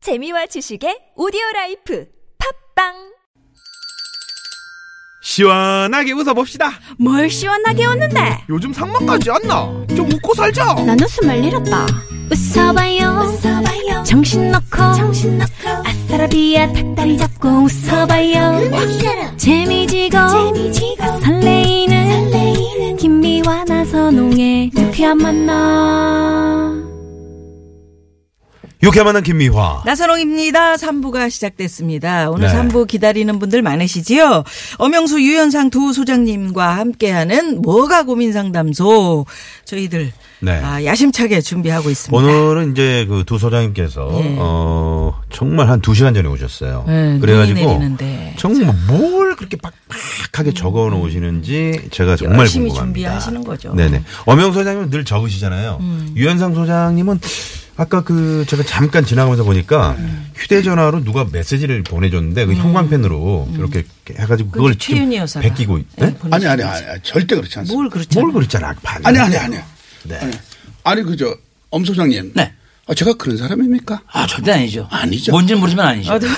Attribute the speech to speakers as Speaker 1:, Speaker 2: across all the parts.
Speaker 1: 재미와 지식의 오디오 라이프 팝빵
Speaker 2: 시원하게 웃어봅시다.
Speaker 3: 뭘 시원하게 웃는데
Speaker 2: 요즘 상만까지 안 나. 좀 웃고 살자.
Speaker 3: 난 웃음을 잃었다 웃어봐요, 정신 놓고 아싸라비아 닭다리 잡고 웃어봐요 재미지고, 설레이는, 김미와 나선홍의 유쾌한 만남
Speaker 4: 유쾌한 만남 김미화.
Speaker 5: 나선홍입니다. 3부가 시작됐습니다. 오늘
Speaker 4: 네.
Speaker 5: 3부 기다리는 분들 많으시지요? 엄영수 유현상 두 소장님과 함께하는 뭐가 고민 상담소 저희들
Speaker 4: 네.
Speaker 5: 아, 야심차게 준비하고 있습니다.
Speaker 4: 오늘은 이제 그 두 소장님께서
Speaker 5: 예.
Speaker 4: 어 정말 한 두 시간 전에 오셨어요.
Speaker 5: 네, 눈이
Speaker 4: 그래가지고
Speaker 5: 내리는데.
Speaker 4: 정말 뭘 그렇게 빡빡하게 적어 놓으시는지 제가 정말
Speaker 5: 열심히
Speaker 4: 궁금합니다.
Speaker 5: 준비하시는 거죠. 음.
Speaker 4: 네네. 엄영 소장님은 늘 적으시잖아요. 유현상 소장님은 아까 그 제가 잠깐 지나가면서 보니까
Speaker 5: 음.
Speaker 4: 휴대전화로 누가 메시지를 보내줬는데 그 형광펜으로 이렇게 해가지고 그걸
Speaker 5: 음. 그치, 최윤희 여사가.
Speaker 4: 베끼고 있. 네?
Speaker 5: 보내주신
Speaker 6: 아니 아니
Speaker 5: 거죠.
Speaker 6: 아니 절대 그렇지 않습니다.
Speaker 5: 뭘 그렇죠?
Speaker 4: 뭘 그랬잖아. 반.
Speaker 6: 아니 아니 아니.
Speaker 4: 네.
Speaker 6: 아니, 아니 그저 엄 소장님.
Speaker 7: 네.
Speaker 6: 아, 제가 그런 사람입니까?
Speaker 7: 아, 절대 아니죠.
Speaker 6: 아니죠.
Speaker 7: 뭔지는 모르지만 아니죠.
Speaker 5: 어, 누-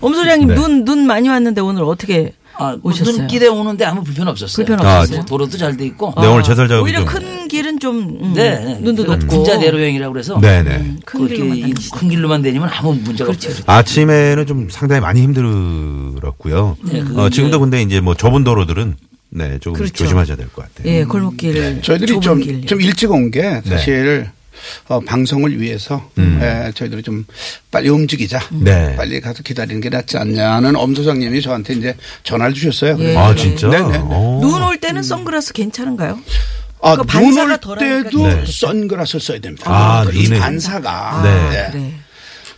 Speaker 5: 엄
Speaker 4: 네.
Speaker 5: 소장님 눈 눈 많이 왔는데 오늘 어떻게
Speaker 7: 아, 뭐
Speaker 5: 오셨어요?
Speaker 7: 눈길에 오는데 아무 불편 없었어요. 아.
Speaker 5: 불편
Speaker 4: 아,
Speaker 5: 없었어요.
Speaker 7: 뭐 도로도 잘 돼 있고.
Speaker 4: 네 오늘 제설 작업이
Speaker 5: 오히려
Speaker 4: 좀-
Speaker 5: 큰 길은 좀 음,
Speaker 7: 네, 네.
Speaker 5: 눈도
Speaker 7: 그런
Speaker 5: 높고
Speaker 7: 군자 대로행이라고 그래서.
Speaker 4: 네네.
Speaker 5: 큰
Speaker 7: 그렇게
Speaker 5: 길로만
Speaker 7: 이
Speaker 5: 다니시다.
Speaker 7: 큰 그렇죠, 길로만 다니면 아무 문제가 없죠.
Speaker 4: 아침에는 좀 상당히 많이 힘들었고요.
Speaker 7: 네, 그건
Speaker 4: 어,
Speaker 7: 이제-
Speaker 4: 지금도 근데 이제 뭐 좁은 도로들은 네, 조금
Speaker 5: 그렇죠.
Speaker 4: 조심하셔야 될 것 같아요.
Speaker 5: 예, 골목길
Speaker 6: 저희들이
Speaker 5: 좁은
Speaker 6: 좀 좀
Speaker 5: 길.
Speaker 6: 일찍 온
Speaker 4: 네.
Speaker 6: 게 사실 어, 방송을 위해서 예, 저희들이 좀 빨리 움직이자.
Speaker 4: 음. 네.
Speaker 6: 빨리 가서 기다리는 게 낫지 않냐는 엄 소장님이 저한테 이제 전화를 주셨어요.
Speaker 5: 예.
Speaker 4: 아, 진짜?
Speaker 6: 네네.
Speaker 4: 오.
Speaker 5: 눈 올 때는 선글라스 괜찮은가요?
Speaker 6: 아,
Speaker 5: 그
Speaker 6: 눈
Speaker 5: 반사가
Speaker 6: 올
Speaker 5: 덜하니까
Speaker 6: 때도
Speaker 4: 네.
Speaker 6: 선글라스를 써야 됩니다.
Speaker 4: 아,
Speaker 6: 그래서
Speaker 4: 눈에.
Speaker 6: 반사가.
Speaker 4: 네.
Speaker 6: 예.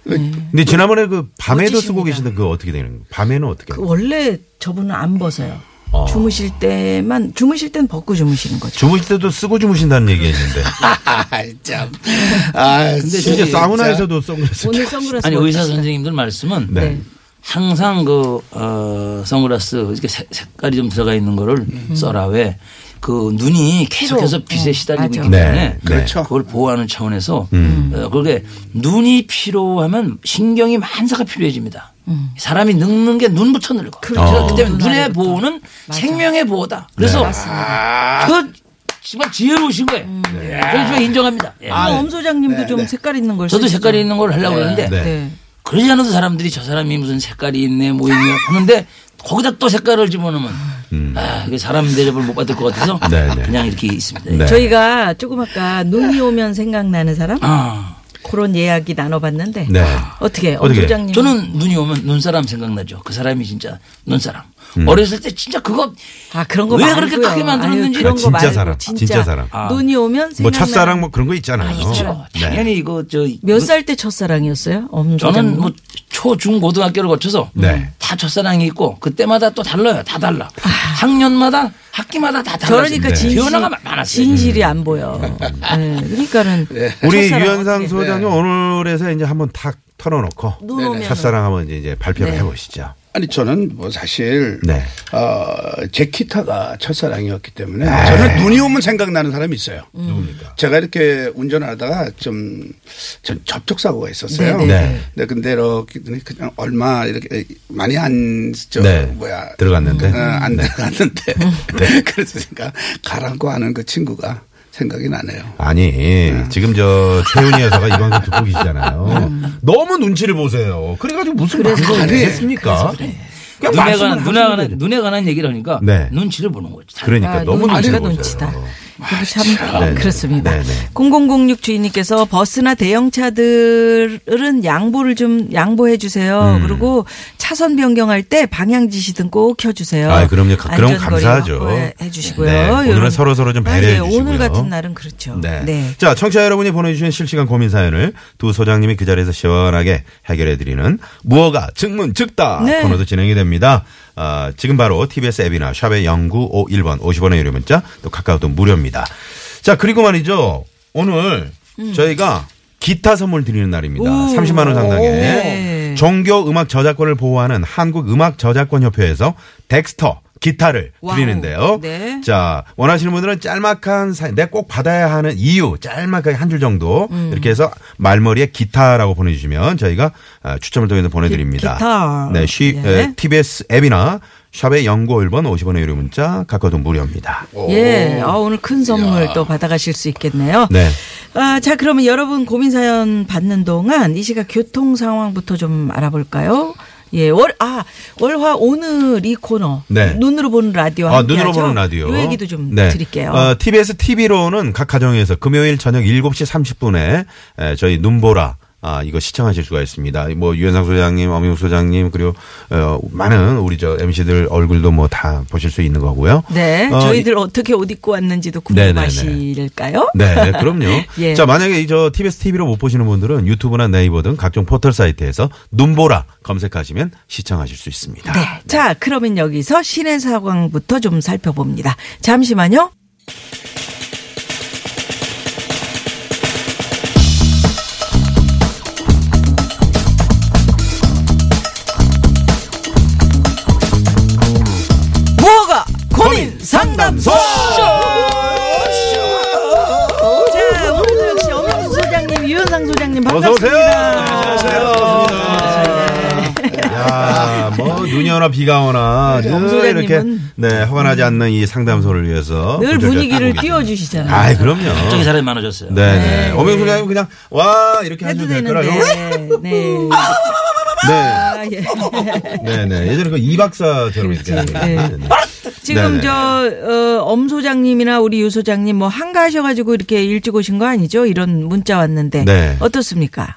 Speaker 5: 그래.
Speaker 4: 근데 지난번에 그 밤에도 쓰고
Speaker 5: 멋지십니다.
Speaker 4: 계시던 그 어떻게 되는 거예요? 밤에는 어떻게?
Speaker 5: 그 원래 저분은 안 벗어요.
Speaker 4: 어.
Speaker 5: 주무실 때만 주무실 땐 벗고 주무시는 거죠.
Speaker 4: 주무실 때도 쓰고 주무신다는 얘기 했는데.
Speaker 6: 아이, 참. 아,
Speaker 7: 근데
Speaker 4: 진짜
Speaker 7: 저기
Speaker 4: 사우나에서도 선글라스
Speaker 5: 오늘 선글라스
Speaker 7: 아니,
Speaker 5: 벗고
Speaker 7: 의사
Speaker 5: 시작.
Speaker 7: 선생님들 말씀은.
Speaker 4: 네.
Speaker 7: 항상 그, 어, 선글라스 이렇게 색- 색깔이 좀 들어가 있는 거를 써라. 왜? 그 눈이 계속해서
Speaker 5: 서로.
Speaker 7: 빛에
Speaker 5: 어,
Speaker 7: 시달리고
Speaker 5: 맞아.
Speaker 7: 있기
Speaker 4: 네, 음.
Speaker 7: 때문에
Speaker 4: 네.
Speaker 6: 그렇죠.
Speaker 7: 그걸 보호하는 차원에서 어, 그게 눈이 필요하면 신경이 만사가 필요해집니다. 사람이 늙는 게 눈부터 늙어. 그렇죠.
Speaker 4: 어.
Speaker 7: 기 때문에 눈의
Speaker 5: 아래부터.
Speaker 7: 보호는 생명의 보호다.
Speaker 4: 네.
Speaker 7: 그래서 그 정말 지혜로우신 거예요. 저는 정말 인정합니다. 예.
Speaker 5: 아, 엄 소장님도 좀 색깔 있는 걸
Speaker 7: 저도
Speaker 5: 쓰시죠.
Speaker 7: 색깔 이 있는 걸 하려고 그러는데
Speaker 4: 네.
Speaker 5: 네.
Speaker 7: 그러지 않아도 사람들이 저 사람이 무슨 색깔이 있네 뭐 있네 하는데 거기다 또 색깔을 집어넣으면 아, 이게 사람 대접을 못 받을 것 같아서
Speaker 4: 음. 네, 네.
Speaker 7: 그냥 이렇게 있습니다.
Speaker 4: 네.
Speaker 5: 저희가 조금 아까 눈이 오면 생각나는 사람
Speaker 7: 아,
Speaker 5: 그런 이야기 나눠봤는데
Speaker 4: 네.
Speaker 5: 어떻게 엄
Speaker 4: 어떻게?
Speaker 5: 소장님
Speaker 7: 저는 눈이 오면 눈사람 생각나죠. 그 사람이 진짜 눈사람.
Speaker 4: 음.
Speaker 7: 어렸을 때 진짜 그거
Speaker 5: 아 그런 거
Speaker 7: 왜
Speaker 5: 말고요.
Speaker 7: 그렇게 크게 만들었는지
Speaker 5: 아유, 그런
Speaker 4: 아,
Speaker 5: 거
Speaker 4: 진짜
Speaker 5: 말고
Speaker 4: 사람, 진짜 사람.
Speaker 7: 아.
Speaker 5: 눈이 오면
Speaker 4: 뭐
Speaker 5: 생각나는
Speaker 4: 첫사랑 뭐 그런 거 있잖아요. 네.
Speaker 7: 있죠. 어, 당연히 이거 저
Speaker 5: 몇 살 때 첫사랑이었어요? 엄 소장님.
Speaker 7: 저는 뭐 초, 중, 고등학교를 거쳐서
Speaker 4: 네.
Speaker 7: 다 첫사랑이 있고 그때마다 또 달라요. 다 달라. 학년마다 학기마다 다 달라.
Speaker 5: 아.
Speaker 4: 네.
Speaker 5: 저러니까 아, 그러니까 진실,
Speaker 7: 변화가 많- 많았어요.
Speaker 5: 진실이 안 보여. 네, 그러니까는
Speaker 4: 음. 우리
Speaker 5: 첫사랑
Speaker 4: 유현상
Speaker 5: 어떻게-
Speaker 4: 소장이 오늘에서 이제 한번 탁 털어놓고 네.
Speaker 5: 눈 오면
Speaker 4: 첫사랑 한번 이제 발표를 해보시죠.
Speaker 6: 아니 저는 뭐 사실
Speaker 4: 네.
Speaker 6: 어, 제키타가 첫사랑이었기 때문에
Speaker 4: 네.
Speaker 6: 저는 눈이 오면 생각나는 사람이 있어요.
Speaker 5: 음.
Speaker 4: 누굽니까?
Speaker 6: 제가 이렇게 운전하다가 좀, 좀 접촉 사고가 있었어요.
Speaker 5: 네,
Speaker 4: 네, 네.
Speaker 6: 근데 근데 이렇게 그냥 얼마 이렇게 많이 안저
Speaker 4: 네.
Speaker 6: 뭐야
Speaker 4: 들어갔는데? 네.
Speaker 6: 어, 안 들어갔는데 그래서 제가 가라고 하는 그 친구가 생각이 나네요.
Speaker 4: 아니 지금 저 최윤희 여사가 이 방송 듣고 계시잖아요. 네. 너무 눈치를 보세요. 그래가지고 무슨 방송을
Speaker 6: 그래.
Speaker 4: 했습니까? 그냥 말씀을
Speaker 7: 눈에 관한,
Speaker 4: 하시면
Speaker 7: 눈에 관한,
Speaker 4: 되죠.
Speaker 7: 눈에 관한 얘기를 하니까
Speaker 4: 네.
Speaker 7: 눈치를 보는 거죠.
Speaker 4: 그러니까
Speaker 5: 아,
Speaker 4: 너무
Speaker 5: 눈치가
Speaker 4: 눈치를
Speaker 5: 눈치다.
Speaker 4: 보세요.
Speaker 5: 이거 아, 참
Speaker 4: 네네.
Speaker 5: 그렇습니다.
Speaker 4: 네네.
Speaker 5: 0006 주인님께서 버스나 대형차들은 양보를 좀 양보해 주세요.
Speaker 4: 음.
Speaker 5: 그리고 차선 변경할 때 방향 지시 등 꼭 켜주세요.
Speaker 4: 아, 그럼요. 가- 그럼
Speaker 5: 안전거리
Speaker 4: 감사하죠.
Speaker 5: 확보해 주시고요.
Speaker 4: 네. 오늘은
Speaker 5: 이런-
Speaker 4: 서로서로 좀
Speaker 5: 아,
Speaker 4: 배려해
Speaker 5: 예,
Speaker 4: 주시고요.
Speaker 5: 오늘 같은 날은 그렇죠.
Speaker 4: 네.
Speaker 5: 네.
Speaker 4: 자, 청취자 여러분이 보내주신 실시간 고민 사연을 두 소장님이 그 자리에서 시원하게 해결해드리는 무허가 증문 즉答
Speaker 5: 네.
Speaker 4: 코너도 진행이 됩니다. 아, 지금 바로 TBS 앱이나 샵의 0951번 50원의 유료 문자 또 카카오톡 무료입니다. 자, 그리고 말이죠. 오늘
Speaker 5: 음.
Speaker 4: 저희가 기타 선물 드리는 날입니다. 30만 원 상당의
Speaker 5: 네.
Speaker 4: 종교 음악 저작권을 보호하는 한국 음악 저작권 협회에서 덱스터 기타를
Speaker 5: 와우.
Speaker 4: 드리는데요.
Speaker 5: 네.
Speaker 4: 자, 원하시는 분들은 짤막한 사연, 내가 꼭 받아야 하는 이유, 짤막하게 한 줄 정도
Speaker 5: 음.
Speaker 4: 이렇게 해서 말머리에 기타라고 보내주시면 저희가 아, 추첨을 통해서 보내드립니다.
Speaker 5: 기- 기타.
Speaker 4: 네, 시,
Speaker 5: 예.
Speaker 4: 에, TBS 앱이나 샵의 연구 1번 50원의 유료 문자 각각도 무료입니다.
Speaker 5: 예, 아, 오늘 큰 선물 또 받아가실 수 있겠네요.
Speaker 4: 네.
Speaker 5: 아, 자, 그러면 여러분 고민 사연 받는 동안 이 시각 교통 상황부터 좀 알아볼까요? 예, 월, 아, 월화 오늘 이 코너.
Speaker 4: 네.
Speaker 5: 눈으로 보는 라디오.
Speaker 4: 아,
Speaker 5: 함께
Speaker 4: 눈으로
Speaker 5: 하죠?
Speaker 4: 보는 라디오.
Speaker 5: 요 얘기도 좀
Speaker 4: 네.
Speaker 5: 드릴게요.
Speaker 4: 어, TBS TV로는 각 가정에서 금요일 저녁 7시 30분에 저희 눈보라 아, 이거 시청하실 수가 있습니다. 뭐, 유현상 소장님, 엄용 소장님, 그리고, 어, 많은 우리 저 MC들 얼굴도 뭐 다 보실 수 있는 거고요.
Speaker 5: 네.
Speaker 4: 어,
Speaker 5: 저희들 어떻게 옷 입고 왔는지도
Speaker 4: 네네네.
Speaker 5: 궁금하실까요?
Speaker 4: 네, 네, 그럼요.
Speaker 5: 예.
Speaker 4: 자, 만약에 이저 TBS TV로 못 보시는 분들은 유튜브나 네이버 등 각종 포털 사이트에서 눈보라 검색하시면 시청하실 수 있습니다.
Speaker 5: 네. 자, 그러면 여기서 시내 상황부터 좀 살펴봅니다. 잠시만요. 뭐가 고민 상담소! 자, 오늘도 역시 엄영수 소장님, 유현상 소장님
Speaker 4: 어서 오세요.
Speaker 5: 반갑습니다. 네.
Speaker 4: 야, 뭐 눈이 오나 비가 오나 늘
Speaker 5: 엄소장님은
Speaker 4: 이렇게 네 허가 나지 않는 이 상담소를 위해서
Speaker 5: 늘
Speaker 4: 분주하게
Speaker 5: 분위기를
Speaker 4: 하고 계십니다.
Speaker 5: 띄워주시잖아요.
Speaker 4: 그렇죠, 아이 그럼요.
Speaker 7: 갑자기 사람이 많아졌어요.
Speaker 4: 네네. 엄영수 소장님 그냥 와 이렇게
Speaker 5: 해도
Speaker 4: 하셔도 될
Speaker 5: 되는데.
Speaker 4: 거라고.
Speaker 5: 네.
Speaker 4: 네.
Speaker 5: 아, 예.
Speaker 4: 네네. 예전에 그 이박사처럼 이렇게. 하는 거.
Speaker 5: 네.
Speaker 4: 네네.
Speaker 5: 지금
Speaker 4: 네네.
Speaker 5: 저, 어, 엄 소장님이나 우리 유 소장님 뭐 한가하셔가지고 이렇게 일찍 오신 거 아니죠? 이런 문자 왔는데.
Speaker 4: 네.
Speaker 5: 어떻습니까?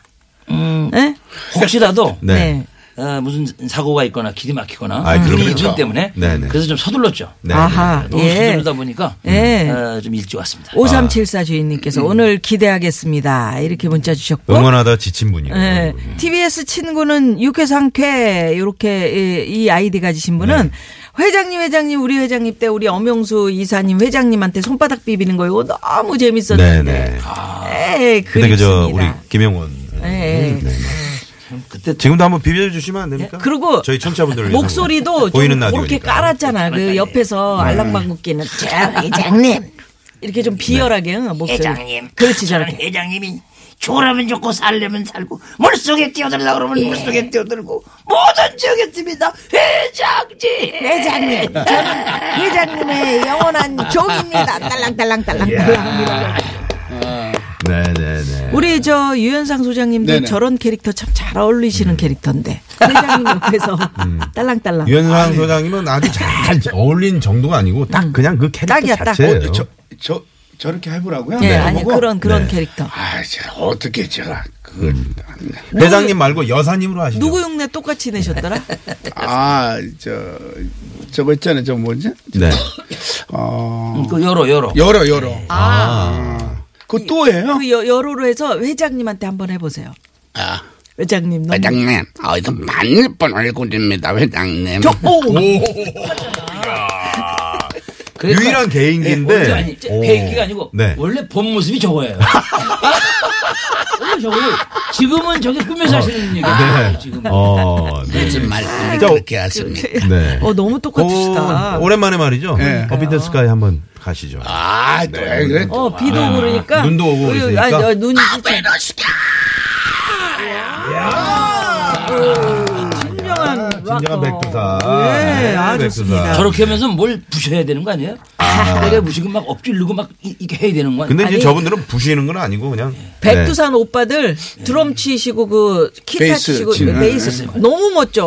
Speaker 7: 음,
Speaker 5: 예?
Speaker 7: 혹시라도
Speaker 4: 네.
Speaker 7: 어, 무슨 사고가 있거나 길이 막히거나
Speaker 4: 아이,
Speaker 7: 눈이
Speaker 4: 그럼요.
Speaker 7: 있기 때문에
Speaker 4: 네네.
Speaker 7: 그래서 좀 서둘렀죠.
Speaker 4: 네.
Speaker 5: 아하.
Speaker 7: 너무
Speaker 5: 예.
Speaker 7: 서둘르다 보니까
Speaker 5: 예.
Speaker 7: 어, 좀 일찍 왔습니다.
Speaker 4: 아.
Speaker 5: 5374 주인님께서 오늘 기대하겠습니다. 이렇게 문자 주셨고.
Speaker 4: 응원하다 지친 분이에요.
Speaker 5: 예.
Speaker 4: 음.
Speaker 5: TBS 친구는 육회상쾌 요렇게 이, 이 아이디 가지신
Speaker 4: 네.
Speaker 5: 분은 회장님 회장님 우리 회장님 때 우리 엄영수 이사님 회장님한테 손바닥 비비는 거 이거 너무 재밌었는데.
Speaker 4: 네네.
Speaker 5: 에이,
Speaker 4: 근데 그저 우리 음, 네.
Speaker 5: 아, 그립습니다.
Speaker 4: 김영원.
Speaker 5: 예, 예.
Speaker 7: 그때
Speaker 4: 지금도 한번 비벼주시면 안 됩니까?
Speaker 5: 네, 그리고
Speaker 4: 저희 청취자분들 위해서.
Speaker 5: 목소리도 좀
Speaker 4: 보이는
Speaker 5: 그렇게
Speaker 4: 라디오니까. 네.
Speaker 5: 깔았잖아. 그 옆에서 알랑방귀끼는 회장님 이렇게 좀 비열하게 응, 목소리.
Speaker 8: 회장님.
Speaker 5: 그렇지 저렇게.
Speaker 8: 저는 회장님이 좋으라면 좋고 살려면 살고 물속에 뛰어들라 그러면
Speaker 7: 예.
Speaker 8: 물속에 뛰어들고 모든 지역했습니다 회장님 회장님
Speaker 5: 회장님의 영원한 종입니다. 딸랑딸랑딸랑.
Speaker 4: 네네네.
Speaker 5: 우리 저 유현상 소장님도
Speaker 6: 네네.
Speaker 5: 저런 캐릭터 참 잘 어울리시는 캐릭터인데 회장님 옆에서 딸랑딸랑.
Speaker 4: 음. 유현상 소장님은 아주 잘 어울린 정도가 아니고 딱 그냥 그 캐릭터
Speaker 5: 딱이야, 딱.
Speaker 4: 자체예요.
Speaker 6: 어, 저, 저, 저렇게 해보라고요?
Speaker 5: 예,
Speaker 6: 네.
Speaker 5: 아니
Speaker 6: 저보고?
Speaker 5: 그런
Speaker 4: 네.
Speaker 5: 그런 캐릭터.
Speaker 6: 아, 제가 어떻게 제가 그
Speaker 4: 음. 회장님 말고 여사님으로 하시죠.
Speaker 5: 누구 흉내 똑같이 내셨더라?
Speaker 4: 네.
Speaker 6: 아, 저 저거 있잖아요. 저 뭐지?
Speaker 4: 네.
Speaker 6: 어.
Speaker 7: 음, 그 열어 열어.
Speaker 6: 열어 열어. 아. 그거 또 해요?
Speaker 5: 그 여, 여로로 해서 회장님한테 한번 해보세요.
Speaker 6: 아.
Speaker 5: 회장님 너무
Speaker 6: 회장님, 어디서 많이 본 얼굴입니다, 회장님.
Speaker 7: 그러니까
Speaker 4: 유일한 개인기인데.
Speaker 7: 예, 아니,
Speaker 4: 오.
Speaker 7: 개인기가 아니고
Speaker 4: 네.
Speaker 7: 원래 본 모습이 저거예요. 원래 저거 지금은 저게 꾸며서 하시는 얘기예요. 아, 지금.
Speaker 4: 아, 네. 어, 네.
Speaker 6: 무슨 말씀을
Speaker 4: 저-
Speaker 6: 그렇게 하십니까?
Speaker 4: 네.
Speaker 5: 어 너무 똑같으시다.
Speaker 4: 오, 오랜만에 말이죠.
Speaker 6: 네.
Speaker 4: 어빈드 스카이 한번 가시죠.
Speaker 6: 아, 또 왜 그래? 또.
Speaker 5: 어 비도 오고 그러니까
Speaker 4: 아, 눈도 오고
Speaker 5: 우리,
Speaker 4: 그러니까.
Speaker 5: 아니, 어, 눈이 진짜 진정한
Speaker 4: 진정한 백두사. 네,
Speaker 5: 예, 어. 아, 좋습니다.
Speaker 7: 저렇게 하면서 뭘 부셔야 되는 거 아니에요? 아. 내가 부시고 막 엎질르고 막 이- 이렇게 해야 되는 거 아니에요?
Speaker 4: 근데 이제
Speaker 5: 아니.
Speaker 4: 저분들은 부시는 건 아니고 그냥. 네.
Speaker 5: 백두산 오빠들 드럼 치시고 그 기타
Speaker 6: 베이스
Speaker 5: 치시고
Speaker 6: 치는.
Speaker 5: 베이스 너무 멋져.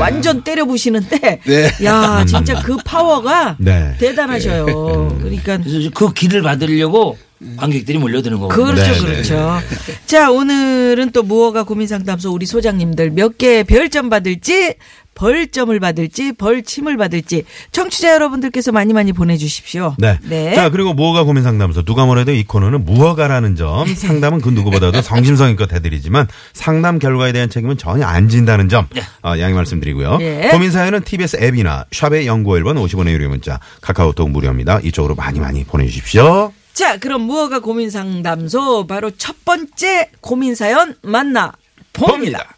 Speaker 5: 완전 때려 부시는데
Speaker 6: 네.
Speaker 5: 야 진짜 그 파워가
Speaker 4: 네.
Speaker 5: 대단하셔요. 그러니까
Speaker 7: 그래서 이제 그 길을 받으려고 관객들이 몰려드는 거고.
Speaker 5: 그렇죠,
Speaker 4: 네, 네,
Speaker 5: 그렇죠. 자, 오늘은 또 무허가 고민 상담소 우리 소장님들 몇 개 별점 받을지 벌점을 받을지 벌침을 받을지 청취자 여러분들께서 많이 많이 보내주십시오.
Speaker 4: 네. 자, 그리고 무허가 고민 상담소. 누가 뭐래도 이 코너는 무허가라는 점. 상담은 그 누구보다도 성심성의껏 해드리지만 상담 결과에 대한 책임은 전혀 안 진다는 점. 어, 양해 말씀드리고요.
Speaker 5: 예.
Speaker 4: 고민 사연은 TBS 앱이나 샵의 연구 1번 50원의 유료 문자 카카오톡 무료입니다. 이쪽으로 많이 많이 보내주십시오.
Speaker 5: 자, 그럼 무허가 고민 상담소 바로 첫 번째 고민 사연 만나 봅니다.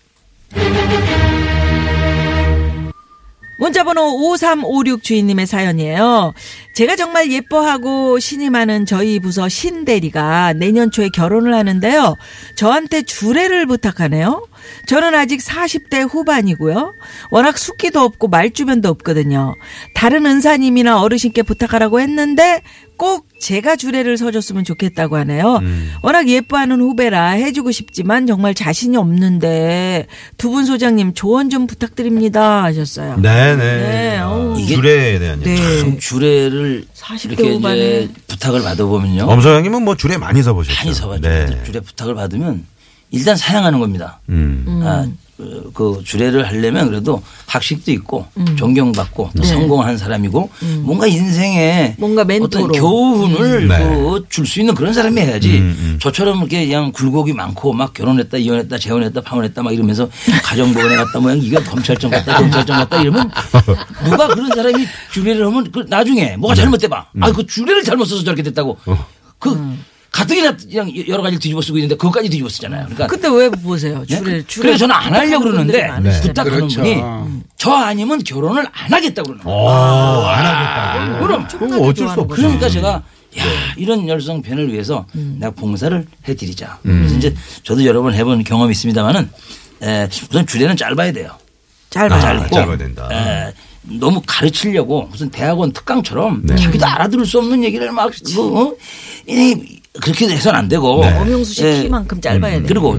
Speaker 5: 문자번호 5356 주인님의 사연이에요. 제가 정말 예뻐하고 신이 많은 저희 부서 신대리가 내년 초에 결혼을 하는데요. 저한테 주례를 부탁하네요. 저는 아직 40대 후반이고요. 워낙 숙기도 없고 말주변도 없거든요. 다른 은사님이나 어르신께 부탁하라고 했는데 꼭 제가 주례를 서줬으면 좋겠다고 하네요. 워낙 예뻐하는 후배라 해주고 싶지만 정말 자신이 없는데 두 분 소장님 조언 좀 부탁드립니다 하셨어요.
Speaker 4: 네네.
Speaker 5: 네, 어우.
Speaker 4: 이게 주례에 대한 얘기.
Speaker 5: 네.
Speaker 7: 참 주례를
Speaker 5: 40대
Speaker 7: 이렇게
Speaker 5: 후반에.
Speaker 7: 이제 부탁을 받아보면요.
Speaker 4: 엄소영님은 뭐 주례 많이 서보셨죠.
Speaker 7: 많이 서봤죠.
Speaker 4: 네.
Speaker 7: 주례 부탁을 받으면 일단 사양하는 겁니다.
Speaker 4: 음.
Speaker 7: 아, 어, 그 주례를 하려면 그래도 학식도 있고
Speaker 5: 음.
Speaker 7: 존경받고 또 성공한 사람이고 뭔가 인생에
Speaker 5: 네. 뭔가 멘토로.
Speaker 7: 어떤 교훈을
Speaker 4: 음. 네.
Speaker 7: 줄 수 있는 그런 사람이 해야지
Speaker 4: 음, 음.
Speaker 7: 저처럼 이렇게 그냥 굴곡이 많고 막 결혼했다 이혼했다 재혼했다 파혼했다 막 이러면서 가정법원에 갔다 뭐 이거 검찰청 갔다 검찰청 갔다 이러면 누가 그런 사람이 주례를 하면 그 나중에 뭐가
Speaker 4: 네.
Speaker 7: 잘못돼 봐.
Speaker 4: 음.
Speaker 7: 아 그 주례를 잘못 써서 저렇게 됐다고.
Speaker 4: 어.
Speaker 7: 그
Speaker 5: 음.
Speaker 7: 가뜩이나 그냥 여러 가지 뒤집어 쓰고 있는데 그것까지 뒤집어 쓰잖아요. 그러니까
Speaker 5: 그때 왜 보세요?
Speaker 7: 예?
Speaker 5: 주례 주례.
Speaker 7: 그래서 저는 안 하려고 그러는데 네.
Speaker 5: 부탁하는 분들이 많으시잖아요.
Speaker 7: 부탁하는
Speaker 6: 그렇죠.
Speaker 7: 분이 저 아니면 결혼을 안 하겠다고 그러는 거예요.
Speaker 4: 아, 안 하겠다고.
Speaker 7: 그럼
Speaker 4: 그럼 어쩔 수 없죠.
Speaker 7: 그러니까 제가 야 이런 열성팬을 위해서 내가 봉사를 해드리자. 그래서 이제 저도 여러 번 해본 경험이 있습니다만은 우선 주례는 짧아야 돼요.
Speaker 5: 짧아요.
Speaker 4: 아,
Speaker 7: 짧고
Speaker 4: 짧아야 된다.
Speaker 7: 에, 너무 가르치려고 무슨 대학원 특강처럼
Speaker 4: 네.
Speaker 7: 자기도 알아들을 수 없는 얘기를 막 그, 어? 이, 그렇게 해서는 안 되고
Speaker 4: 네.
Speaker 5: 엄영수 씨
Speaker 7: 에,
Speaker 5: 키만큼
Speaker 4: 음,
Speaker 5: 짧아야 돼.
Speaker 7: 그리고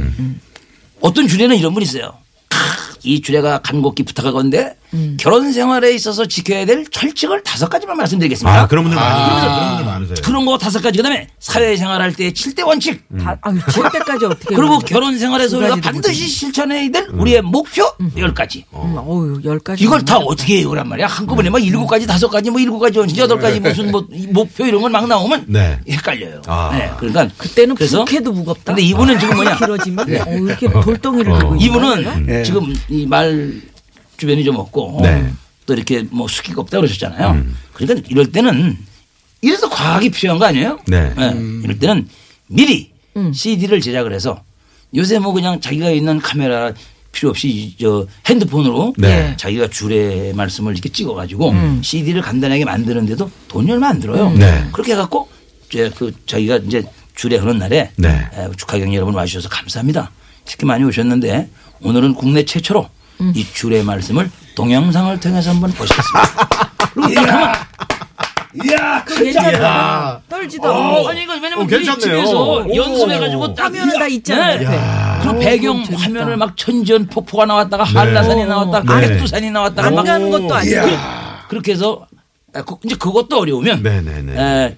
Speaker 7: 어떤 주례는 이런 분이 있어요. 캬, 이 주례가 간곡히 부탁하건데
Speaker 5: 음.
Speaker 7: 결혼 생활에 있어서 지켜야 될 철칙을 다섯 가지만 말씀드리겠습니다.
Speaker 4: 아, 뭐. 그런 분들 많이 그런 분들 많으세요.
Speaker 7: 그런 거 다섯 가지 그다음에 사회생활할 때의 7대 원칙
Speaker 5: 다, 아유, 질 때까지 어떻게.
Speaker 7: 그리고
Speaker 5: 해요?
Speaker 7: 결혼 생활에서
Speaker 5: 두
Speaker 7: 우리가
Speaker 5: 가지도
Speaker 7: 반드시 실천해야 될
Speaker 4: 음.
Speaker 7: 우리의 목표 열가지
Speaker 5: 음, 어우, 열 가지.
Speaker 7: 이걸
Speaker 4: 음.
Speaker 7: 다 어떻게 해요란 말이야 한꺼번에 막 일곱 가지 다섯 가지 뭐 일곱 가지 원칙 여덟 가지 무슨 뭐 이 목표 이런 걸 막 나오면
Speaker 4: 네.
Speaker 7: 헷갈려요.
Speaker 4: 아.
Speaker 7: 네, 그러니까
Speaker 5: 그때는
Speaker 7: 그래서
Speaker 5: 부캐도 무겁다. 아,
Speaker 7: 근데 이분은 지금 뭐냐 네.
Speaker 5: 길어지면 어, 이렇게 돌덩이를 들고 있는 거예요?
Speaker 7: 어, 이분은 네.
Speaker 6: 예.
Speaker 7: 지금 이 말 주변이 좀 없고
Speaker 4: 네. 음.
Speaker 7: 또 이렇게 뭐 숙기가 없다 그러셨잖아요. 그러니까 이럴 때는 이래서 과학이 필요한 거 아니에요?
Speaker 4: 네.
Speaker 7: 예, 이럴 때는 미리 CD를 제작을 해서 요새 뭐 그냥 자기가 있는 카메라 필요 없이 이- 저 핸드폰으로
Speaker 4: 네.
Speaker 7: 자기가 주례 말씀을 이렇게 찍어가지고 CD를 간단하게 만드는데도 돈이 얼마 안 들어요.
Speaker 4: 네.
Speaker 7: 그렇게 해갖고 이제 그 자기가 이제 주례하는 날에
Speaker 4: 네.
Speaker 7: 에, 축하경 여러분 와주셔서 감사합니다. 특히 많이 오셨는데 오늘은 국내 최초로 이 주례 말씀을 동영상을 통해서 한번 보시겠습니다. 그리고 이렇게 하면
Speaker 6: 이야,
Speaker 5: 괜찮아. 떨지도 않고.
Speaker 7: 아니 이거 왜냐면
Speaker 4: 어,
Speaker 7: 우리
Speaker 4: 괜찮네요.
Speaker 7: 집에서
Speaker 4: 오.
Speaker 7: 연습해가지고 딱
Speaker 5: 화면은 다
Speaker 7: 이-
Speaker 5: 있잖아요,
Speaker 7: 네.
Speaker 5: 옆에.
Speaker 7: 그리고 배경
Speaker 5: 재밌다.
Speaker 7: 화면을 막 천지연 폭포가 나왔다가 한라산이 나왔다가
Speaker 4: 네.
Speaker 7: 백두산이 나왔다가
Speaker 5: 안
Speaker 7: 막 어.
Speaker 5: 가는 것도 아니고.
Speaker 7: 그렇게 해서 아, 그- 이제 그것도 어려우면
Speaker 4: 네네네.
Speaker 7: 에,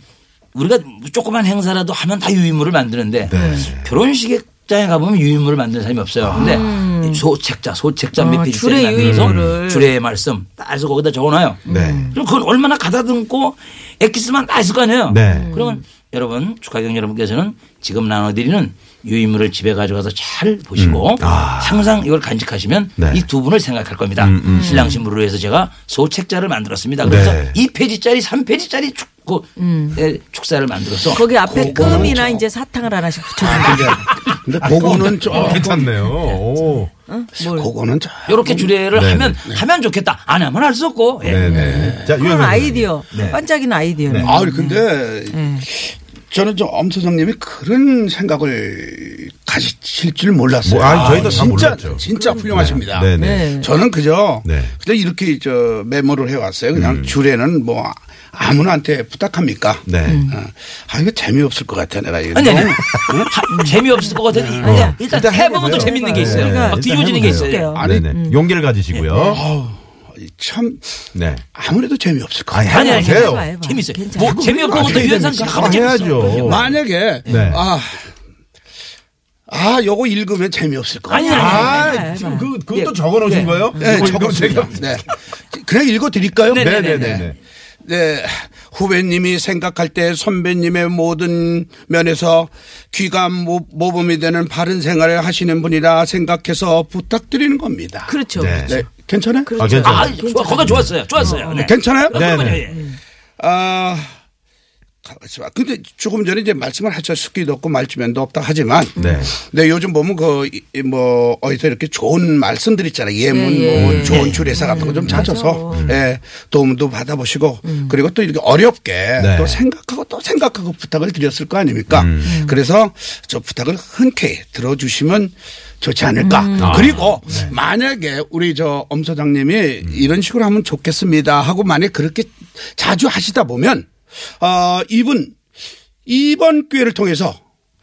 Speaker 7: 우리가 조그만 행사라도 하면 다 유인물을 만드는데
Speaker 4: 네.
Speaker 7: 결혼식장에 가보면 유인물을 만드는 사람이 없어요. 근데 소책자 소책자 몇
Speaker 5: 음. 아,
Speaker 7: 페이지
Speaker 5: 주례 유인물을.
Speaker 7: 만들어서 주례의 말씀 따서 거기다 적어놔요.
Speaker 4: 네.
Speaker 7: 그럼 그걸 얼마나 가다듬고 엑기스만 다 있을 거 아니에요.
Speaker 4: 네.
Speaker 7: 그러면 여러분 축하경 여러분께서는 지금 나눠드리는 유인물을 집에 가져가서 잘 보시고
Speaker 4: 음. 아.
Speaker 7: 항상 이걸 간직하시면
Speaker 4: 네. 음,
Speaker 7: 이 두 분을 생각할 겁니다. 신랑 신부를 위해서 제가 소책자를 만들었습니다.
Speaker 4: 네.
Speaker 7: 그래서 2페이지짜리 3페이지짜리 축, 그, 에, 축사를 예. 만들어서
Speaker 5: 음.
Speaker 7: 그렇죠. 아,
Speaker 5: 거기 앞에
Speaker 6: 그거는
Speaker 5: 끔이나
Speaker 6: 저-
Speaker 5: 이제 사탕을 하나씩 붙여주는
Speaker 6: 근데 아, 그거는 좀,
Speaker 4: 어, 괜찮네요. 오.
Speaker 5: 뭘.
Speaker 6: 그거는 좀.
Speaker 7: 이렇게 주례를
Speaker 4: 네.
Speaker 7: 하면 하면 좋겠다. 안 하면 할 수 없고. 예.
Speaker 4: 네네. 자,
Speaker 5: 그런
Speaker 4: 유현상
Speaker 5: 아이디어.
Speaker 4: 선생님. 네.
Speaker 5: 반짝이는 아이디어.
Speaker 6: 아, 근데 저는 저 엄소장님이 그런 생각을 가지실 줄 몰랐어요.
Speaker 4: 뭐, 아니, 저희도 다
Speaker 6: 진짜,
Speaker 4: 몰랐죠.
Speaker 6: 진짜 훌륭하십니다.
Speaker 4: 네, 네.
Speaker 5: 네.
Speaker 6: 저는 그저
Speaker 4: 네. 음.
Speaker 6: 그냥 이렇게 저 메모를 해왔어요. 그냥 주례는 뭐 아무나한테 부탁합니까?
Speaker 4: 네.
Speaker 6: 어. 아 이거 재미없을 것 같아 내가 이거.
Speaker 7: 아니, 아니. 어? 하- 재미없을 것 같아요. 일단, 일단 해보면
Speaker 4: 네. 어. 해보세요.
Speaker 7: 또 재밌는 게
Speaker 5: 네.
Speaker 7: 있어요. 그러니까
Speaker 5: 우리가
Speaker 7: 막 뒤집어지는 게 있어요.
Speaker 4: 아니, 네네. 용기를 가지시고요.
Speaker 6: 참
Speaker 4: 네.
Speaker 6: 아무래도 재미없을 것 같아.
Speaker 7: 아니, 아니,
Speaker 4: 해보세요.
Speaker 7: 괜찮아요.
Speaker 5: 해봐.
Speaker 7: 재밌어요.
Speaker 5: 괜찮아.
Speaker 7: 뭐, 재미없는 것도 유현상 씨가 가면 재밌어.
Speaker 4: 해야죠.
Speaker 6: 만약에
Speaker 4: 네.
Speaker 6: 아. 아, 요거 읽으면 재미없을 것
Speaker 7: 아니,
Speaker 6: 같아요.
Speaker 7: 아니, 아니.
Speaker 4: 아, 지금 그, 그것도 적어 놓으신 거예요?
Speaker 6: 네,
Speaker 4: 이거
Speaker 6: 저거
Speaker 4: 제가-
Speaker 6: 네. 그냥 읽어 드릴까요?
Speaker 7: 네, 네, 네,
Speaker 4: 네, 네.
Speaker 6: 네. 후배님이 생각할 때 선배님의 모든 면에서 귀가 모- 모범이 되는 바른 생활을 하시는 분이라 생각해서 부탁드리는 겁니다.
Speaker 5: 그렇죠.
Speaker 4: 네.
Speaker 6: 네. 괜찮아요? 네.
Speaker 4: 아,
Speaker 7: 예.
Speaker 4: 괜찮아요. 어.
Speaker 7: 아, 좋아. 거기 좋았어요. 좋았어요. 네.
Speaker 6: 괜찮아요?
Speaker 7: 그런
Speaker 4: 네,
Speaker 7: 거죠,
Speaker 4: 네.
Speaker 7: 예.
Speaker 6: 아, 가만있어 봐. 근데 조금 전에 이제 말씀을 하셨 스키도 없고 말주면도 없다 하지만
Speaker 4: 네.
Speaker 6: 근데 요즘 보면 그 뭐 어디서 이렇게 좋은 말씀들 있잖아요. 예문 음,
Speaker 5: 예,
Speaker 6: 뭐
Speaker 5: 예.
Speaker 6: 좋은 출애사 같은 거 좀 찾아서 음. 예, 도움도 받아보시고 그리고 또 이렇게 어렵게
Speaker 4: 네.
Speaker 6: 또 생각하고 또 생각하고 부탁을 드렸을 거 아닙니까? 그래서 저 부탁을 흔쾌히 들어주시면 좋지 않을까. 그리고 만약에 우리 저 엄 소장님이 이런 식으로 하면 좋겠습니다 하고 만약 에 그렇게 자주 하시다 보면 어, 이분 이번 기회를 통해서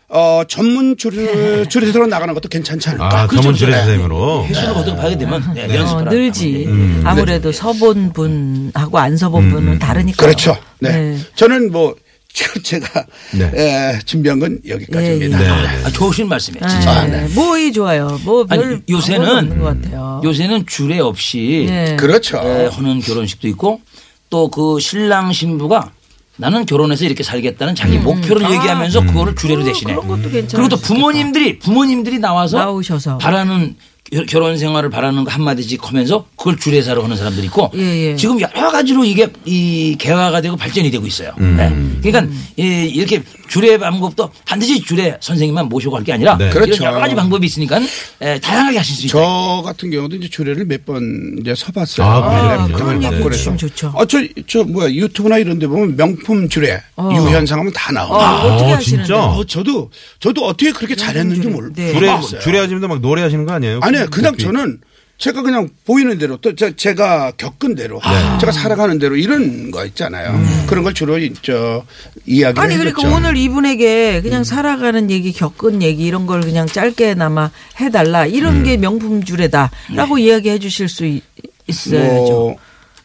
Speaker 6: 어, 전문 줄을 줄에서 나가는 것도 괜찮지 않을까.
Speaker 4: 아, 전문 주례 선생님으로.
Speaker 7: 횟수를 어떻게 봐야 되면 네,
Speaker 5: 어,
Speaker 7: 연습을 하는
Speaker 5: 늘지. 음. 아무래도 서본 분하고 안 서본 분은 다르니까.
Speaker 6: 그렇죠. 네. 저는 뭐 지금 제가
Speaker 4: 네.
Speaker 6: 에, 준비한 건 여기까지입니다.
Speaker 4: 예, 예. 네.
Speaker 7: 아, 좋으신 말씀이에요. 진짜.
Speaker 5: 아, 네. 뭐이 좋아요. 뭐별
Speaker 7: 아니, 요새는
Speaker 5: 없는 것 같아요.
Speaker 7: 요새는 주례 없이
Speaker 5: 네.
Speaker 6: 그렇죠.
Speaker 7: 예, 하는 결혼식도 있고 또 그 신랑 신부가 나는 결혼해서 이렇게 살겠다는 자기 목표를 얘기하면서
Speaker 6: 음.
Speaker 7: 그거를 주례로 대신해.
Speaker 5: 음. 아. 그런 것도 괜찮을
Speaker 7: 그리고 또
Speaker 5: 수 있겠다.
Speaker 7: 부모님들이 부모님들이 나와서
Speaker 5: 나오셔서.
Speaker 7: 바라는 결- 결혼 생활을 바라는 거 한마디씩 하면서 그걸 주례사로 하는 사람들이 있고
Speaker 5: 예, 예.
Speaker 7: 지금 여러 가지로 이게 이 개화가 되고 발전이 되고 있어요.
Speaker 4: 음.
Speaker 7: 네. 그러니까 이- 이렇게 주례 방법도 반드시 주례 선생님만 모시고 할 게 아니라
Speaker 4: 네.
Speaker 7: 이런
Speaker 6: 그렇죠.
Speaker 7: 여러 가지 방법이 있으니까 에, 다양하게 하실 수 있죠.
Speaker 6: 저 같은 경우도 이제 주례를 몇 번 이제 서봤어요.
Speaker 4: 아,
Speaker 6: 네,
Speaker 4: 그래요?
Speaker 6: 명품을
Speaker 4: 그런
Speaker 6: 받고
Speaker 4: 얘기
Speaker 6: 그래서.
Speaker 5: 주시면 좋죠.
Speaker 6: 어, 저, 저 뭐야 유튜브나 이런 데 보면 명품 주례 유현상 하면 다
Speaker 5: 어,
Speaker 6: 나와. 요
Speaker 5: 어떻게
Speaker 4: 어,
Speaker 5: 하시는데?
Speaker 4: 진짜?
Speaker 6: 어, 저도 저도 어떻게 그렇게 잘했는지
Speaker 5: 주례.
Speaker 6: 몰라.
Speaker 5: 네.
Speaker 4: 주례, 주례 아줌도 막 노래하시는 거 아니에요?
Speaker 6: 아니요, 그냥
Speaker 4: 그렇게.
Speaker 6: 저는 제가 그냥 보이는 대로 또 제- 제가 겪은 대로
Speaker 4: 네.
Speaker 6: 제가 살아가는 대로 이런 거 있잖아요.
Speaker 4: 음.
Speaker 6: 그런 걸 주로 이- 저 이야기를
Speaker 5: 아니 그러니까
Speaker 6: 해줬죠.
Speaker 5: 오늘 이분에게 그냥 살아가는 얘기 겪은 얘기 이런 걸 그냥 짧게나마 해달라 이런 게 명품 주례다라고
Speaker 7: 네.
Speaker 5: 이야기해 주실 수 있, 있어야죠.
Speaker 6: 뭐,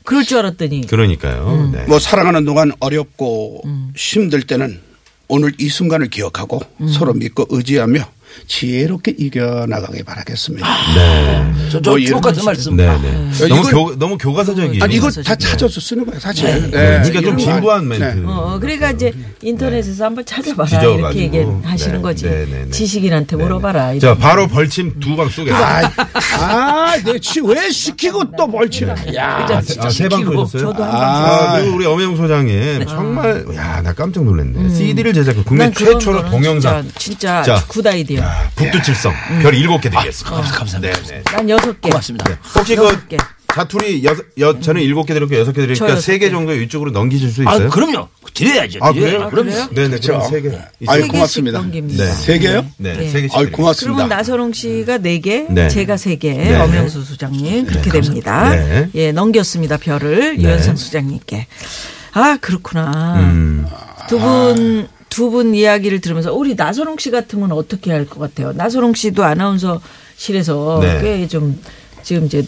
Speaker 5: 그럴 줄 알았더니
Speaker 4: 그러니까요. 네.
Speaker 6: 뭐 살아가는 동안 어렵고
Speaker 5: 음.
Speaker 6: 힘들 때는 오늘 이 순간을 기억하고 서로 믿고 의지하며 지혜롭게 이겨 나가길 바라겠습니다.
Speaker 5: 아,
Speaker 7: 저, 저
Speaker 6: 뭐 이런
Speaker 7: 똑같은 말씀.
Speaker 4: 네, 네.
Speaker 6: 아,
Speaker 4: 너무
Speaker 6: 이건-
Speaker 4: 교, 너무 교과서적이에요.
Speaker 6: 아니 이거
Speaker 4: 네.
Speaker 6: 다 찾아서 쓰는 거예요, 사실. 네.
Speaker 4: 그러니까
Speaker 6: 이런
Speaker 4: 좀
Speaker 6: 거
Speaker 4: 진부한
Speaker 6: 아니-
Speaker 4: 멘트.
Speaker 6: 네.
Speaker 5: 어 그러니까 이제 인터넷에서 한번 찾아봐라
Speaker 4: 뒤져가지고.
Speaker 5: 이렇게 얘기하시는
Speaker 4: 네,
Speaker 5: 거지
Speaker 4: 네, 네, 네.
Speaker 5: 지식인한테 물어봐라. 이런
Speaker 4: 자, 바로 벌침 두 방 쏘게.
Speaker 6: 아, 아, 내치왜 시키고 또 벌치는? 야,
Speaker 7: 아,
Speaker 4: 아, 세방 쏘셨어요?
Speaker 5: 저도 한 네.
Speaker 4: 아,
Speaker 6: 아,
Speaker 4: 그리고 우리 엄영 소장님 정말 야, 나 깜짝 놀랐네. CD를 제작한 국내
Speaker 5: 음. 난 그런
Speaker 4: 최초로
Speaker 5: 거는
Speaker 4: 동영상
Speaker 5: 진짜, 음. 진짜
Speaker 4: 자.
Speaker 5: 굿 아이디어.
Speaker 4: 북두칠성 별 일곱 개 드리겠습니다.
Speaker 7: 감사합니다.
Speaker 4: 네, 네.
Speaker 5: 난 여섯 개.
Speaker 7: 고맙습니다.
Speaker 4: 혹시
Speaker 5: 아, 여섯
Speaker 4: 그
Speaker 5: 개.
Speaker 4: 자투리 여, 여 저는 일곱 개 드렸고 여섯 개
Speaker 5: 저
Speaker 4: 드리니까
Speaker 5: 여섯
Speaker 4: 세 개
Speaker 5: 개.
Speaker 4: 정도 이쪽으로 넘기실 수
Speaker 7: 아,
Speaker 4: 있어요?
Speaker 7: 그럼요. 드려야죠.
Speaker 4: 아, 그래요?
Speaker 7: 드려야죠. 그럼요.
Speaker 4: 네, 네, 그럼
Speaker 6: 그렇죠.
Speaker 4: 세 개.
Speaker 6: 아이,
Speaker 4: 있어요.
Speaker 6: 고맙습니다.
Speaker 5: 넘깁니다.
Speaker 4: 네.
Speaker 6: 세 개요?
Speaker 5: 그
Speaker 4: 네,
Speaker 5: 예.
Speaker 4: 세 개씩.
Speaker 6: 아이,
Speaker 4: 드리겠습니다.
Speaker 6: 고맙습니다.
Speaker 5: 그러면 나선홍 씨가 네개
Speaker 4: 네.
Speaker 5: 제가 세개
Speaker 4: 네.
Speaker 5: 엄영수 소장님 그렇게 됩니다.
Speaker 4: 네.
Speaker 5: 예, 넘겼습니다. 별을 유현상 소장님께. 아, 그렇구나.
Speaker 4: 음.
Speaker 5: 두 분,
Speaker 4: 아.
Speaker 5: 두 분 이야기를 들으면서 우리 나선홍 씨 같으면 어떻게 할 것 같아요? 나선홍 씨도 아나운서실에서
Speaker 4: 네.
Speaker 5: 꽤 좀 지금 이제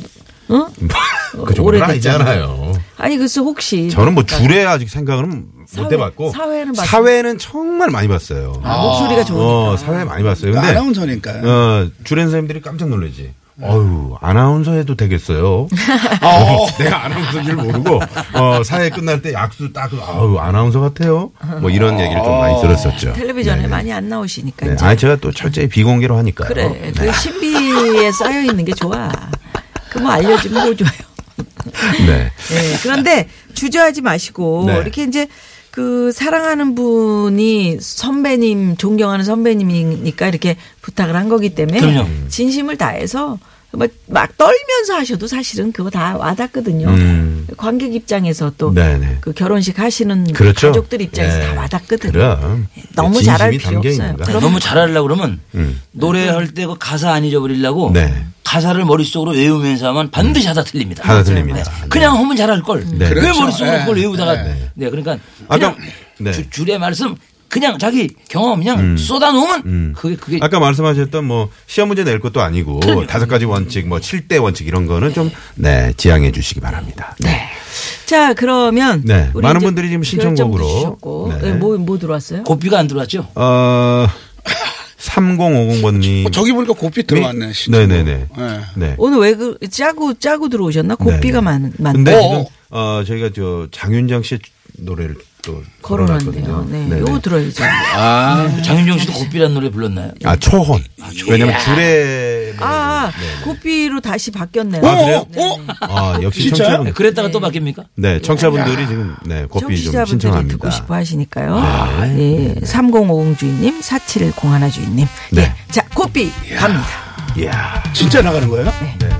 Speaker 5: 어?
Speaker 4: 그 정도는
Speaker 5: 오래됐잖아요.
Speaker 4: 아니잖아요.
Speaker 5: 아니 글쎄 혹시
Speaker 4: 저는 뭐 줄에 아직 생각은 못
Speaker 5: 사회-
Speaker 4: 해봤고
Speaker 5: 사회는 봤어요?
Speaker 4: 사회는 정말 많이 봤어요.
Speaker 5: 아, 목소리가 좋으니까
Speaker 4: 어, 사회 많이 봤어요. 근데
Speaker 6: 아나운서니까.
Speaker 4: 어, 주례 선생님들이 깜짝 놀라지. 어유 아나운서 해도 되겠어요.
Speaker 6: 어.
Speaker 4: 내가 아나운서인 줄 모르고 어, 사회 끝날 때 약수 딱 아우 아나운서 같아요. 뭐 이런 얘기를 좀 많이 들었었죠.
Speaker 5: 텔레비전에
Speaker 4: 네네.
Speaker 5: 많이 안 나오시니까
Speaker 4: 네.
Speaker 5: 이제
Speaker 4: 아니 제가 또 철저히 비공개로 하니까요.
Speaker 5: 그래.
Speaker 4: 네.
Speaker 5: 그 신비에 쌓여 있는 게 좋아. 그 뭐 알려주면 뭐 좋아요.
Speaker 4: 네.
Speaker 5: 네. 그런데 주저하지 마시고
Speaker 4: 네.
Speaker 5: 이렇게 이제 그 사랑하는 분이 선배님 존경하는 선배님이니까 이렇게 부탁을 한 거기 때문에
Speaker 7: 그럼요.
Speaker 5: 진심을 다해서 막, 막 떨면서 하셔도 사실은 그거 다 와닿거든요.
Speaker 4: 음.
Speaker 5: 관객 입장에서 또 그
Speaker 4: 네네.
Speaker 5: 결혼식 하시는
Speaker 4: 그렇죠.
Speaker 5: 가족들 입장에서
Speaker 4: 네.
Speaker 5: 다 와닿거든요. 네,
Speaker 4: 그럼.
Speaker 5: 너무
Speaker 4: 진심이
Speaker 5: 잘할 필요
Speaker 4: 담겨
Speaker 5: 없어요.
Speaker 4: 있는 거야.
Speaker 5: 그럼
Speaker 7: 너무 잘하려고 그러면
Speaker 4: 그러니까. 음.
Speaker 7: 노래할 때 그 가사 안 잊어버리려고
Speaker 4: 네.
Speaker 7: 가사를 머릿속으로 외우면서 하면 반드시 하다 틀립니다. 네.
Speaker 4: 하다 틀립니다. 네.
Speaker 7: 그냥 하면 잘할 걸. 왜
Speaker 4: 그렇죠.
Speaker 7: 머릿속으로
Speaker 6: 네.
Speaker 7: 그걸 외우다가 네.
Speaker 4: 네.
Speaker 7: 그러니까
Speaker 4: 아까-
Speaker 7: 그냥
Speaker 4: 네. 음.
Speaker 7: 주, 줄의 말씀 그냥 자기 경험 그냥 쏟아 놓으면 그게 그게
Speaker 4: 아까 말씀하셨던 뭐 시험 문제 낼 것도 아니고 다섯 가지 원칙 뭐 7대 원칙 이런 거는 좀 네 지양해 주시기 바랍니다. 네.
Speaker 5: 자 그러면
Speaker 4: 네,
Speaker 5: 우리
Speaker 4: 많은
Speaker 5: 이제
Speaker 4: 분들이 지금
Speaker 5: 결정도
Speaker 4: 신청곡으로.
Speaker 5: 주셨고.
Speaker 4: 네.
Speaker 5: 네, 뭐, 뭐 들어왔어요?
Speaker 7: 고삐가 안 들어왔죠.
Speaker 4: 어 3050번님.
Speaker 6: 어, 저기 보니까 고삐 들어왔네. 진짜.
Speaker 4: 네네네.
Speaker 6: 네.
Speaker 4: 네.
Speaker 5: 오늘 왜 그 짜고 짜고 들어오셨나? 고삐가
Speaker 4: 네네.
Speaker 5: 많 많네.
Speaker 4: 근데
Speaker 6: 어,
Speaker 4: 지금 어 저희가 저 장윤정 씨의 노래를 또
Speaker 5: 거론한대요. 네,
Speaker 4: 네네.
Speaker 5: 요거 들어야죠.
Speaker 4: 네.
Speaker 7: 장윤정 씨도 고삐라는 노래 불렀나요?
Speaker 4: 아 초혼. 왜냐면 주례
Speaker 5: 아, 제가 고삐로 다시 바뀌었네요.
Speaker 6: 어,
Speaker 4: 아, 그래요?
Speaker 5: 네, 네.
Speaker 4: 아, 역시
Speaker 6: 진짜요?
Speaker 4: 청취자분.
Speaker 7: 그랬다가 또 바뀝니까?
Speaker 4: 네, 청취자분들이 지금 네, 고삐 좀
Speaker 5: 청취자분들이
Speaker 4: 신청합니다. 아,
Speaker 5: 듣고 싶어 하시니까요. 예, 3050 주인님, 4701 주인님.
Speaker 4: 네.
Speaker 5: 예, 자, 고삐 갑니다.
Speaker 4: 이야.
Speaker 6: 진짜 나가는 거예요?
Speaker 4: 네.